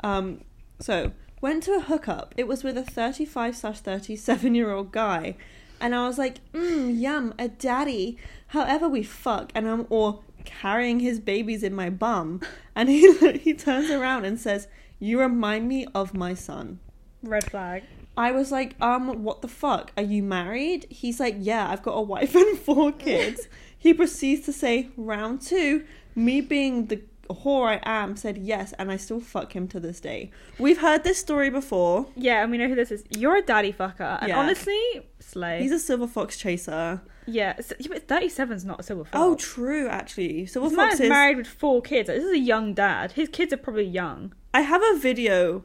Speaker 1: Um, so went to a hookup. It was with a thirty-five slash thirty-seven-year-old guy, and I was like, mm, "Yum, a daddy." However, we fuck, and I'm or carrying his babies in my bum, and he he turns around and says, "You remind me of my son."
Speaker 2: Red flag.
Speaker 1: I was like, um, what the fuck? Are you married? He's like, yeah, I've got a wife and four kids. he proceeds to say, round two, me being the whore I am, said yes, and I still fuck him to this day. We've heard this story before.
Speaker 2: Yeah, and we know who this is. You're a daddy fucker. And
Speaker 1: Yeah.
Speaker 2: honestly, slay.
Speaker 1: He's a silver fox chaser.
Speaker 2: yeah, so, yeah, but 37's not a silver fox.
Speaker 1: Oh, true, actually. Silver
Speaker 2: This
Speaker 1: fox
Speaker 2: man's
Speaker 1: is.
Speaker 2: married with four kids. Like, this is a young dad. His kids are probably young.
Speaker 1: I have a video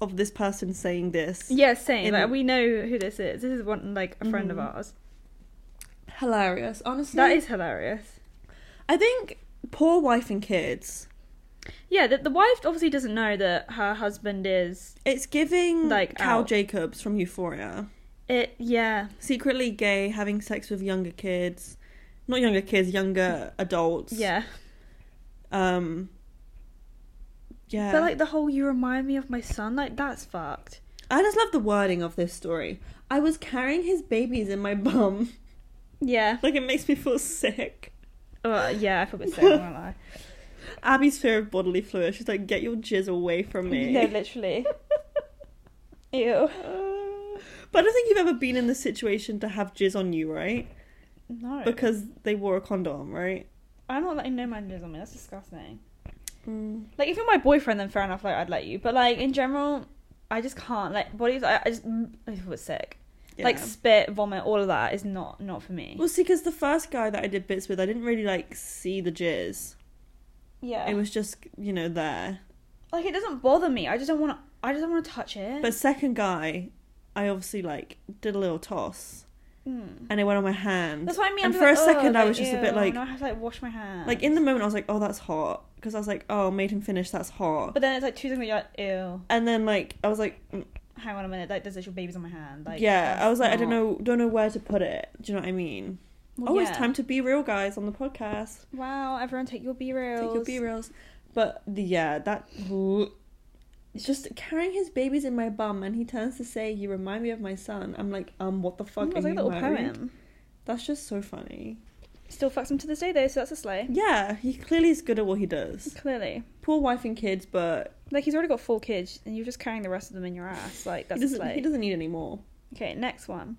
Speaker 1: of this person saying this.
Speaker 2: Yeah, same.
Speaker 1: In- Mm-hmm.
Speaker 2: Like we know who this is. This is one like a friend of ours.
Speaker 1: Hilarious, honestly.
Speaker 2: That is hilarious.
Speaker 1: I think poor wife and kids.
Speaker 2: Yeah, the, the wife obviously doesn't know that her husband is
Speaker 1: It's giving like
Speaker 2: Like,
Speaker 1: Cal
Speaker 2: out.
Speaker 1: Jacobs from Euphoria.
Speaker 2: it. Yeah,
Speaker 1: secretly gay, having sex with younger kids, not younger kids, younger adults.
Speaker 2: yeah.
Speaker 1: Um. Yeah.
Speaker 2: But like the whole "you remind me of my son" like that's fucked.
Speaker 1: I just love the wording of this story. I was carrying his babies in my bum.
Speaker 2: Yeah.
Speaker 1: Like it makes me feel sick.
Speaker 2: Well, yeah, I feel a bit sick. I'm not gonna lie.
Speaker 1: Abby's fear of bodily fluid. She's like, get your jizz away from me.
Speaker 2: No, literally. Ew.
Speaker 1: Uh, But I don't think you've ever been in the situation to have jizz on you, right?
Speaker 2: No.
Speaker 1: Because they wore a condom, right?
Speaker 2: I'm not letting no man jizz on me. That's disgusting. Like if you're my boyfriend, then fair enough. Like I'd let you. But like in general, I just can't. Like bodies, I, I just mm, I feel sick. Like
Speaker 1: Yeah.
Speaker 2: spit, vomit, all of that is not not for me.
Speaker 1: Well, see, because the first guy that I did bits with, I didn't really like see the jizz.
Speaker 2: Yeah.
Speaker 1: It was just, you know, there.
Speaker 2: like it doesn't bother me. I just don't want to. I just don't want to touch it.
Speaker 1: But second guy, I obviously like did a little toss,
Speaker 2: Mm.
Speaker 1: and it went on my hand.
Speaker 2: That's what I mean.
Speaker 1: And
Speaker 2: I'm
Speaker 1: for a
Speaker 2: just like, "Ugh,"
Speaker 1: second, I
Speaker 2: like,
Speaker 1: was just a
Speaker 2: ew,
Speaker 1: bit like,
Speaker 2: now I have to like wash my hands.
Speaker 1: like in the moment, I was like, oh, that's hot, because I was like, oh, made him finish, that's hot.
Speaker 2: But then it's like two seconds. You're like, ew.
Speaker 1: and then like I was like, mm,
Speaker 2: Hang on a minute. Like there's actual babies on my hand. Like
Speaker 1: yeah, I
Speaker 2: that's
Speaker 1: was like, I don't
Speaker 2: not-
Speaker 1: know, don't know where to put it. Do you know what I mean?
Speaker 2: Well,
Speaker 1: oh, it's
Speaker 2: yeah.
Speaker 1: time to be real, guys, on the podcast.
Speaker 2: Wow, everyone take your B reels.
Speaker 1: Take your be reals. But the, yeah, that. It's just carrying his babies in my bum, and he turns to say, "You remind me of my son." I'm like, um, what the fuck?
Speaker 2: It's
Speaker 1: are
Speaker 2: like
Speaker 1: you
Speaker 2: a little
Speaker 1: married?
Speaker 2: poem.
Speaker 1: That's just so funny.
Speaker 2: Still fucks him to this day though, so that's a slay.
Speaker 1: Yeah, he clearly is good at what he does.
Speaker 2: Clearly.
Speaker 1: Poor wife and kids, but
Speaker 2: Like he's already got four kids and you're just carrying the rest of them in your ass. Like
Speaker 1: he
Speaker 2: that's a
Speaker 1: doesn't,
Speaker 2: slay.
Speaker 1: he doesn't need any more.
Speaker 2: Okay, next one.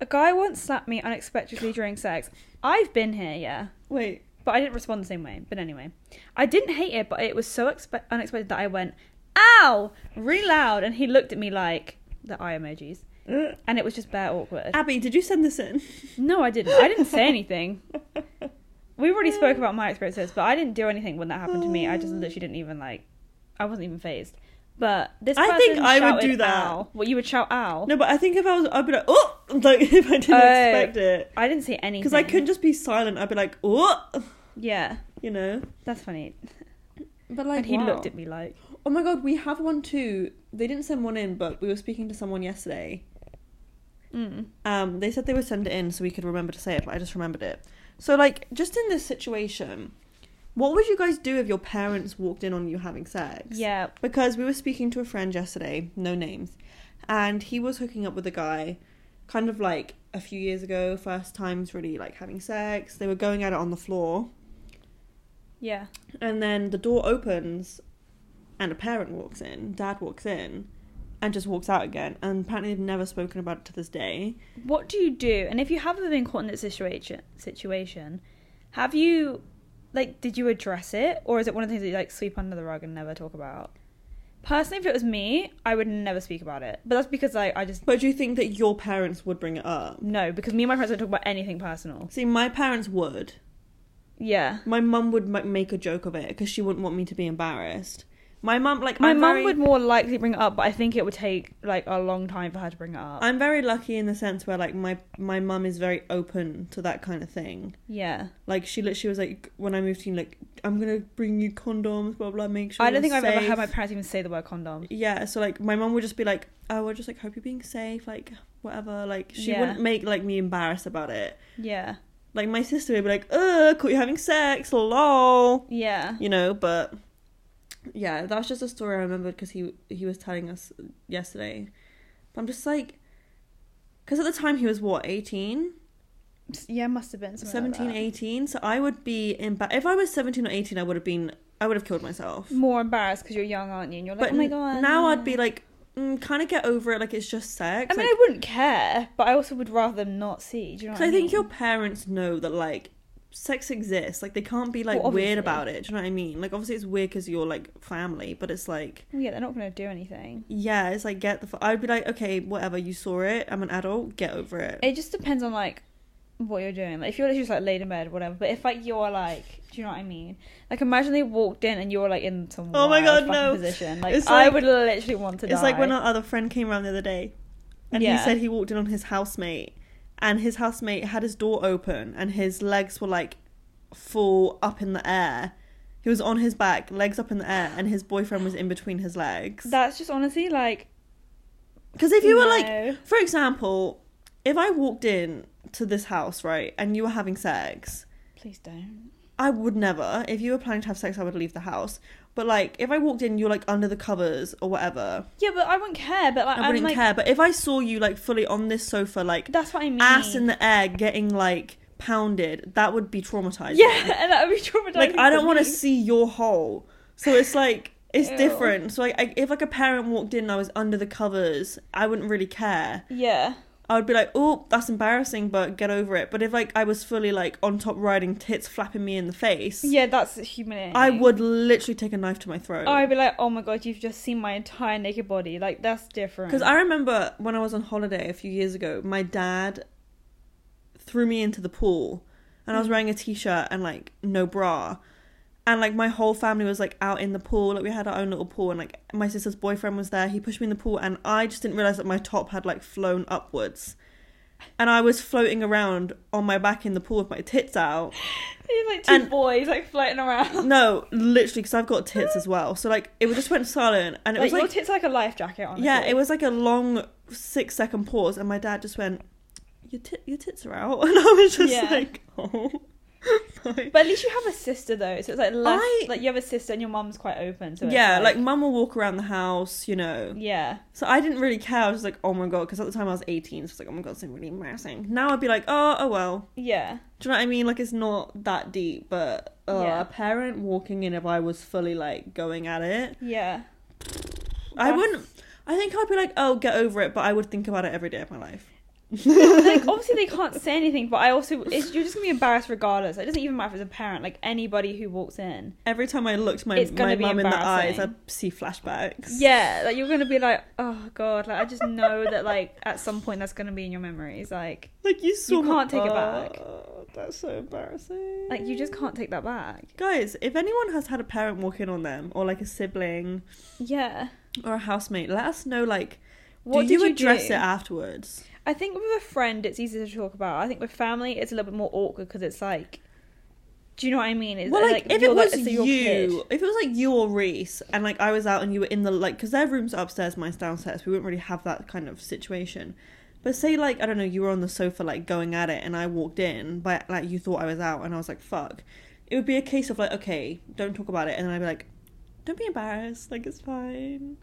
Speaker 2: A guy once slapped me unexpectedly during sex. I've been here, yeah.
Speaker 1: Wait,
Speaker 2: But I didn't respond the same way. But anyway. I didn't hate it, but it was so expe- unexpected that I went, ow! Really loud. And he looked at me like the eye emojis.
Speaker 1: Uh,
Speaker 2: And it was just bare awkward.
Speaker 1: Abby, did you send this in?
Speaker 2: No, I didn't. I didn't say anything. We've already spoke about my experiences, but I didn't do anything when that happened to me. I just literally didn't even like. I wasn't even phased. But this
Speaker 1: I
Speaker 2: person
Speaker 1: think I would
Speaker 2: shouted,
Speaker 1: do that.
Speaker 2: Ow. Well, you would shout ow.
Speaker 1: No, but I think if I was, I'd be like, oh, like if I didn't
Speaker 2: Oh.
Speaker 1: expect it,
Speaker 2: I didn't say anything.
Speaker 1: because I couldn't just be silent. I'd be like, oh,
Speaker 2: Yeah,
Speaker 1: you know.
Speaker 2: that's funny.
Speaker 1: But like,
Speaker 2: and he looked at me like,
Speaker 1: Oh my god, we have one too. They didn't send one in, but we were speaking to someone yesterday.
Speaker 2: mm.
Speaker 1: Um, they said they would send it in so we could remember to say it, but I just remembered it. So, like, just in this situation, what would you guys do if your parents walked in on you having sex?
Speaker 2: "Yeah,
Speaker 1: Because we were speaking to a friend yesterday, no names, and he was hooking up with a guy kind of like a few years ago, first times really like having sex. They were going at it on the floor,
Speaker 2: yeah."
Speaker 1: and then the door opens and a parent walks in, dad walks in, and just walks out again. And apparently, they've never spoken about it to this day.
Speaker 2: What do you do? And if you have been caught in that situation, situation, have you, like, did you address it, or is it one of the things that you like sweep under the rug and never talk about? Personally, if it was me, I would never speak about it. But that's because like I just
Speaker 1: But do you think that your parents would bring it up?
Speaker 2: no, because me and my friends don't talk about anything personal.
Speaker 1: See, my parents would.
Speaker 2: Yeah,
Speaker 1: My mum would m- make a joke of it because she wouldn't want me to be embarrassed. My mum, like
Speaker 2: my
Speaker 1: I'm
Speaker 2: mum
Speaker 1: very-
Speaker 2: would more likely bring it up, but I think it would take like a long time for her to bring it up.
Speaker 1: I'm very lucky in the sense where like my my mum is very open to that kind of thing.
Speaker 2: yeah,
Speaker 1: Like she literally was like when I moved in, like I'm gonna bring you condoms, blah blah. Make sure.
Speaker 2: I don't
Speaker 1: you're
Speaker 2: think I've ever
Speaker 1: safe."
Speaker 2: heard my parents even say the word condom.
Speaker 1: Yeah, so like my mum would just be like, "Oh, I just like hope you're being safe, like whatever." Like she
Speaker 2: Yeah.
Speaker 1: wouldn't make like me embarrassed about it.
Speaker 2: Yeah,
Speaker 1: Like my sister would be like, "Ugh, caught you having sex, lol."
Speaker 2: yeah,
Speaker 1: you know but yeah that was just a story i remembered because he he was telling us yesterday but i'm just like because at the time he was what 18
Speaker 2: Yeah, must have been something like
Speaker 1: 17,
Speaker 2: that.
Speaker 1: 18. So I would be in. Ba- if I was 17 or 18, I would have been. I would have killed myself.
Speaker 2: More embarrassed because you're young, aren't you? And you're like,
Speaker 1: but
Speaker 2: Mm, oh my
Speaker 1: n-
Speaker 2: god.
Speaker 1: now I'd
Speaker 2: no."
Speaker 1: be like, mm, kind of get over it. Like it's just sex.
Speaker 2: I mean,
Speaker 1: like,
Speaker 2: I wouldn't care, but I also would rather them not see. Do you know?
Speaker 1: 'cause
Speaker 2: What I,
Speaker 1: I think
Speaker 2: mean?
Speaker 1: your parents know that like sex exists. Like they can't be like
Speaker 2: Well,
Speaker 1: weird
Speaker 2: obviously.
Speaker 1: about it. Do you know what I mean? Like obviously it's weird because you're like family, but it's like.
Speaker 2: Well, yeah, they're not going to do anything.
Speaker 1: Yeah, it's like get the. F- I'd be like, okay, whatever. You saw it. I'm an adult. Get over it.
Speaker 2: It just depends on like what you're doing. Like if you're literally just like laid in bed, whatever. But if like you're like, do you know what I mean? Like imagine they walked in and you were like in some
Speaker 1: Oh my
Speaker 2: wild
Speaker 1: God,
Speaker 2: fucking
Speaker 1: no.
Speaker 2: position. Like,
Speaker 1: It's
Speaker 2: I
Speaker 1: like-
Speaker 2: would literally want to die.
Speaker 1: it's like when our other friend came around the other day, and he
Speaker 2: Yeah.
Speaker 1: said he walked in on his housemate, and his housemate had his door open, and his legs were like full up in the air. He was on his back, legs up in the air, and his boyfriend was in between his legs.
Speaker 2: That's just honestly like
Speaker 1: Because if you were like,
Speaker 2: no.
Speaker 1: for example, if I walked in to this house right, and you were having sex,
Speaker 2: please don't.
Speaker 1: I would never. If you were planning to have sex, I would leave the house. But like, if I walked in, you're like under the covers or whatever.
Speaker 2: Yeah, but I wouldn't care. But like
Speaker 1: I wouldn't
Speaker 2: am Uh, like
Speaker 1: care. But if I saw you like fully on this sofa, like
Speaker 2: that's what I mean.
Speaker 1: ass in the air, getting like pounded, that would be traumatizing.
Speaker 2: yeah, and that would be traumatizing.
Speaker 1: Like I don't
Speaker 2: for
Speaker 1: want to
Speaker 2: me.
Speaker 1: see your hole. So it's like it's
Speaker 2: Ew.
Speaker 1: different. So like I, if like a parent walked in, and I was under the covers. I wouldn't really care.
Speaker 2: Yeah.
Speaker 1: I would be like, oh, that's embarrassing, but get over it. But if like I was fully like on top riding, tits flapping me in the face,
Speaker 2: Yeah, that's humiliating.
Speaker 1: I would literally take a knife to my throat.
Speaker 2: I'd be like, oh my god, you've just seen my entire naked body. Like that's different.
Speaker 1: Because I remember when I was on holiday a few years ago, my dad threw me into the pool, and I was
Speaker 2: Mm.
Speaker 1: wearing a t-shirt and like no bra, and like my whole family was like out in the pool. Like we had our own little pool, and like my sister's boyfriend was there. He pushed me in the pool, and I just didn't realize that my top had like flown upwards, and I was floating around on my back in the pool with my tits out.
Speaker 2: You're like two
Speaker 1: And-
Speaker 2: boys like floating around.
Speaker 1: No, literally, because I've got tits as well. So like it just went silent, and it was
Speaker 2: like,
Speaker 1: like
Speaker 2: your tits are like a life jacket on.
Speaker 1: Yeah, it was like a long six second pause, and my dad just went, "Your tit, your tits are out," and I was just
Speaker 2: Yeah.
Speaker 1: like, "Oh." my."
Speaker 2: But at least you have a sister though, so it's like less
Speaker 1: I-
Speaker 2: like you have a sister and your mum's quite open. So it's,
Speaker 1: yeah, like, mum will walk around the house, you know.
Speaker 2: yeah,
Speaker 1: So I didn't really care. I was just like, "Oh my god," because at the time I was eighteen, so I was like, "Oh my god, something really embarrassing." Now I'd be like, "Oh, oh well."
Speaker 2: yeah,
Speaker 1: Do you know what I mean? Like it's not that deep, but uh,
Speaker 2: Yeah.
Speaker 1: a parent walking in if I was fully like going at it,
Speaker 2: yeah.
Speaker 1: I
Speaker 2: That's-
Speaker 1: wouldn't. I think I'd be like, "Oh, get over it," but I would think about it every day of my life.
Speaker 2: like obviously they can't say anything, but I also it's, you're just gonna be embarrassed regardless. It doesn't even matter if it's a parent, like anybody who walks in.
Speaker 1: Every time I looked my
Speaker 2: It's gonna
Speaker 1: my
Speaker 2: be
Speaker 1: mum in the eyes, I'd
Speaker 2: embarrassing.
Speaker 1: see flashbacks.
Speaker 2: Yeah, like you're gonna be like, oh god, like I just know that like at some point that's gonna be in your memories. Like
Speaker 1: like you saw.
Speaker 2: can't take it back.
Speaker 1: Oh, that's so embarrassing.
Speaker 2: like you just can't take that back.
Speaker 1: Guys, if anyone has had a parent walk in on them, or like a sibling,
Speaker 2: Yeah.
Speaker 1: or a housemate, let us know. Like,
Speaker 2: What
Speaker 1: do
Speaker 2: did
Speaker 1: you
Speaker 2: you
Speaker 1: address
Speaker 2: do?
Speaker 1: it afterwards?
Speaker 2: I think with a friend, it's easier to talk about. I think with family, it's a little bit more awkward because it's like, do you know what I mean? It's
Speaker 1: well, like, if it
Speaker 2: you're,
Speaker 1: was
Speaker 2: so
Speaker 1: you,
Speaker 2: you're kid.
Speaker 1: if it was like you or Reese, and like I was out and you were in the like, because their rooms are upstairs, mine's downstairs. We wouldn't really have that kind of situation. But say like I don't know, you were on the sofa like going at it, and I walked in, but like you thought I was out, and I was like, fuck. It would be a case of like, okay, don't talk about it, and then I'd be like, don't be embarrassed, like it's fine.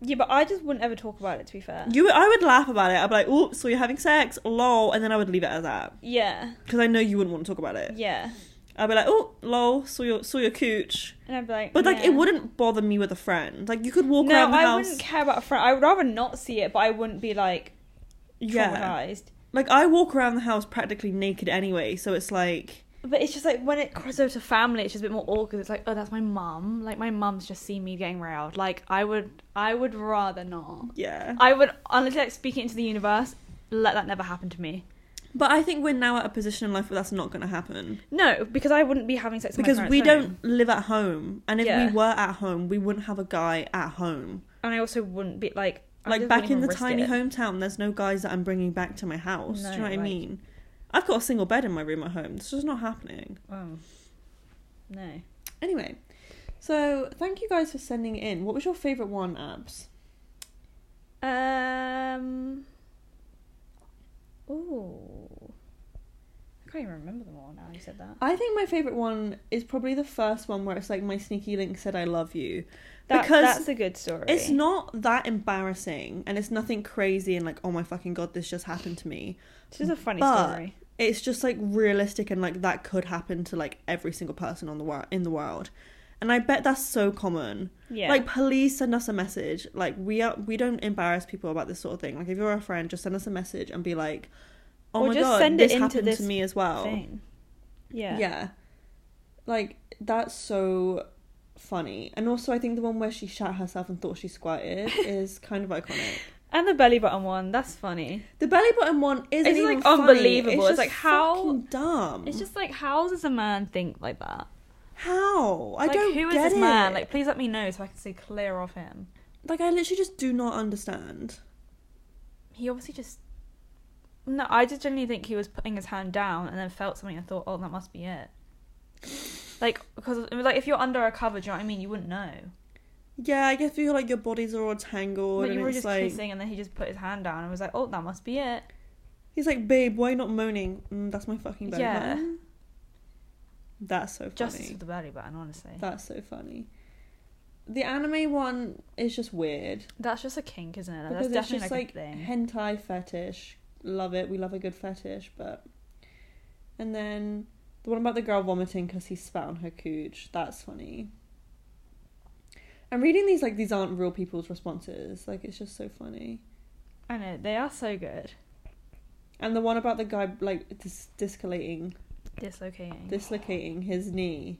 Speaker 2: yeah, but I just wouldn't ever talk about it. To be fair,
Speaker 1: You, I would laugh about it. I'd be like, oops, so you're having sex, lol, and then I would leave it as that
Speaker 2: yeah,
Speaker 1: because I know you wouldn't want to talk about it.
Speaker 2: yeah,
Speaker 1: I'd be like, oh, lol, saw your saw your cooch.
Speaker 2: and I'd be like,
Speaker 1: But like,
Speaker 2: yeah.
Speaker 1: it wouldn't bother me with a friend. Like, you could walk
Speaker 2: No,
Speaker 1: around the
Speaker 2: I
Speaker 1: house.
Speaker 2: wouldn't care about a friend. I would rather not see it, but I wouldn't be like
Speaker 1: yeah,
Speaker 2: traumatized.
Speaker 1: like I walk around the house practically naked anyway. So it's like,
Speaker 2: But it's just like when it crosses over to family, it's just a bit more awkward. It's like, oh, that's my mum. Like my mum's just seen me getting railed. Like I would, I would rather not.
Speaker 1: yeah.
Speaker 2: I would honestly like speak it into the universe. Let that never happen to me.
Speaker 1: But I think we're now at a position in life where that's not going to happen
Speaker 2: No, because I wouldn't be having sex with my
Speaker 1: because
Speaker 2: parents'
Speaker 1: we
Speaker 2: home.
Speaker 1: don't live at home, and if
Speaker 2: Yeah.
Speaker 1: we were at home, we wouldn't have a guy at home.
Speaker 2: and I also wouldn't be like I
Speaker 1: Like
Speaker 2: just
Speaker 1: back
Speaker 2: wouldn't
Speaker 1: in
Speaker 2: even
Speaker 1: the
Speaker 2: risk
Speaker 1: tiny
Speaker 2: it.
Speaker 1: hometown, there's no guys that I'm bringing back to my house. Do you
Speaker 2: No,
Speaker 1: know what I
Speaker 2: like-
Speaker 1: mean? I've got a single bed in my room at home. It's just not happening.
Speaker 2: Um, no,
Speaker 1: Anyway, so thank you guys for sending in. What was your favorite one, Abs?
Speaker 2: um, ooh, I can't even remember them all now. You said that.
Speaker 1: I think my favorite one is probably the first one where it's like my sneaky link said I love you.
Speaker 2: that
Speaker 1: Because
Speaker 2: that's a good story.
Speaker 1: It's not that embarrassing and it's nothing crazy and like oh my fucking god this just happened to me.
Speaker 2: It's just a funny
Speaker 1: but-
Speaker 2: story.
Speaker 1: it's just like realistic and like that could happen to like every single person on the world in the world. And I bet that's so common.
Speaker 2: Yeah.
Speaker 1: Like please send us a message. Like we are we don't embarrass people about this sort of thing. Like if you're a friend, just send us a message and be like, Oh
Speaker 2: Or
Speaker 1: my
Speaker 2: just
Speaker 1: god,
Speaker 2: send it
Speaker 1: this
Speaker 2: into
Speaker 1: happened
Speaker 2: this
Speaker 1: to me as well.
Speaker 2: thing. Yeah.
Speaker 1: Oh. Yeah. Like that's so funny. And also I think the one where she shat herself and thought she squirted is kind of iconic.
Speaker 2: And the belly button one, that's funny.
Speaker 1: The belly button one isn't
Speaker 2: It's, like,
Speaker 1: even funny.
Speaker 2: unbelievable. It's
Speaker 1: just
Speaker 2: like, how-
Speaker 1: fucking dumb.
Speaker 2: It's just like, how does a man think like that?
Speaker 1: how I
Speaker 2: like,
Speaker 1: don't
Speaker 2: who is
Speaker 1: get
Speaker 2: this
Speaker 1: it.
Speaker 2: man? Like, please let me know so I can stay clear of him.
Speaker 1: like I literally just do not understand.
Speaker 2: He obviously just. No, I just genuinely think he was putting his hand down and then felt something and thought, oh, that must be it. Like, because like if you're under a cover, do you know what I mean? You wouldn't know.
Speaker 1: Yeah, I guess you feel like your bodies are all tangled,
Speaker 2: But you
Speaker 1: and
Speaker 2: were
Speaker 1: it's
Speaker 2: just
Speaker 1: like
Speaker 2: kissing, and then he just put his hand down and was like, "Oh, that must be it."
Speaker 1: he's like, babe, why not moaning? Mm, that's my fucking belly
Speaker 2: Yeah.
Speaker 1: button. That's so funny.
Speaker 2: Justice for the belly button, honestly.
Speaker 1: That's so funny. The anime one is just weird
Speaker 2: That's just a kink, isn't it?
Speaker 1: because
Speaker 2: That's
Speaker 1: it's
Speaker 2: definitely
Speaker 1: just like,
Speaker 2: like, a thing.
Speaker 1: hentai fetish. Love it. We love a good fetish, but and then the one about the girl vomiting because he spat on her cooch. That's funny. I'm reading these like these aren't real people's responses. Like it's just so funny.
Speaker 2: I know they are so good.
Speaker 1: And the one about the guy like dis- dislocating,
Speaker 2: Dislocating.
Speaker 1: dislocating his knee.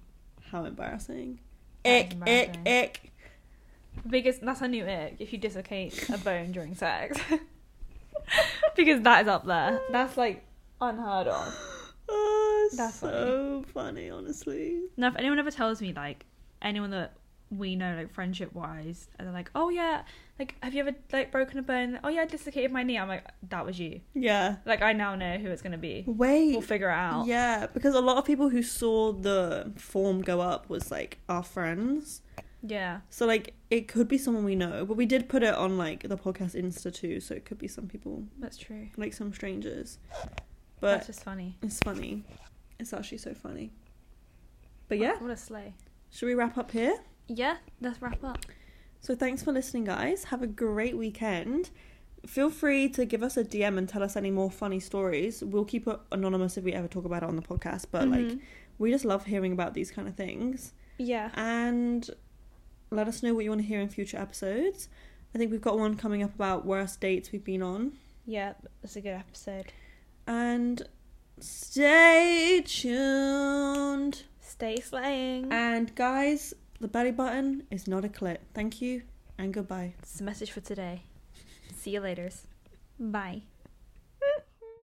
Speaker 1: How embarrassing!
Speaker 2: That is
Speaker 1: Ick, ick,
Speaker 2: embarrassing.
Speaker 1: ick.
Speaker 2: Biggest. That's a new ick. If you dislocate a bone during sex, because that is up there. That's like unheard of.
Speaker 1: Oh, it's
Speaker 2: That's
Speaker 1: so funny. honestly.
Speaker 2: Now, if anyone ever tells me like anyone that we know like friendship wise, and they're like, "Oh yeah, like have you ever like broken a bone? Oh yeah, I dislocated my knee." I'm like, that was you.
Speaker 1: Yeah.
Speaker 2: Like I now know who it's gonna be.
Speaker 1: Wait.
Speaker 2: We'll figure it out.
Speaker 1: yeah, because a lot of people who saw the form go up was like our friends.
Speaker 2: Yeah.
Speaker 1: So like it could be someone we know, but we did put it on like the podcast Insta too, so it could be some people,
Speaker 2: That's true.
Speaker 1: like some strangers.
Speaker 2: That's
Speaker 1: But
Speaker 2: just funny.
Speaker 1: it's funny. It's actually so funny. But yeah,
Speaker 2: What a sleigh.
Speaker 1: should we wrap up here?
Speaker 2: Yeah, let's wrap up.
Speaker 1: So thanks for listening, guys. Have a great weekend. Feel free to give us a DM and tell us any more funny stories. We'll keep it anonymous if we ever talk about it on the podcast, but like
Speaker 2: Mhm.
Speaker 1: we just love hearing about these kind of things.
Speaker 2: Yeah.
Speaker 1: And let us know what you want to hear in future episodes. I think we've got one coming up about worst dates we've been on.
Speaker 2: Yeah, that's a good episode.
Speaker 1: And stay tuned.
Speaker 2: Stay slaying.
Speaker 1: And guys, the belly button is not a clit. Thank you and goodbye.
Speaker 2: It's the message for today. See you later. Bye.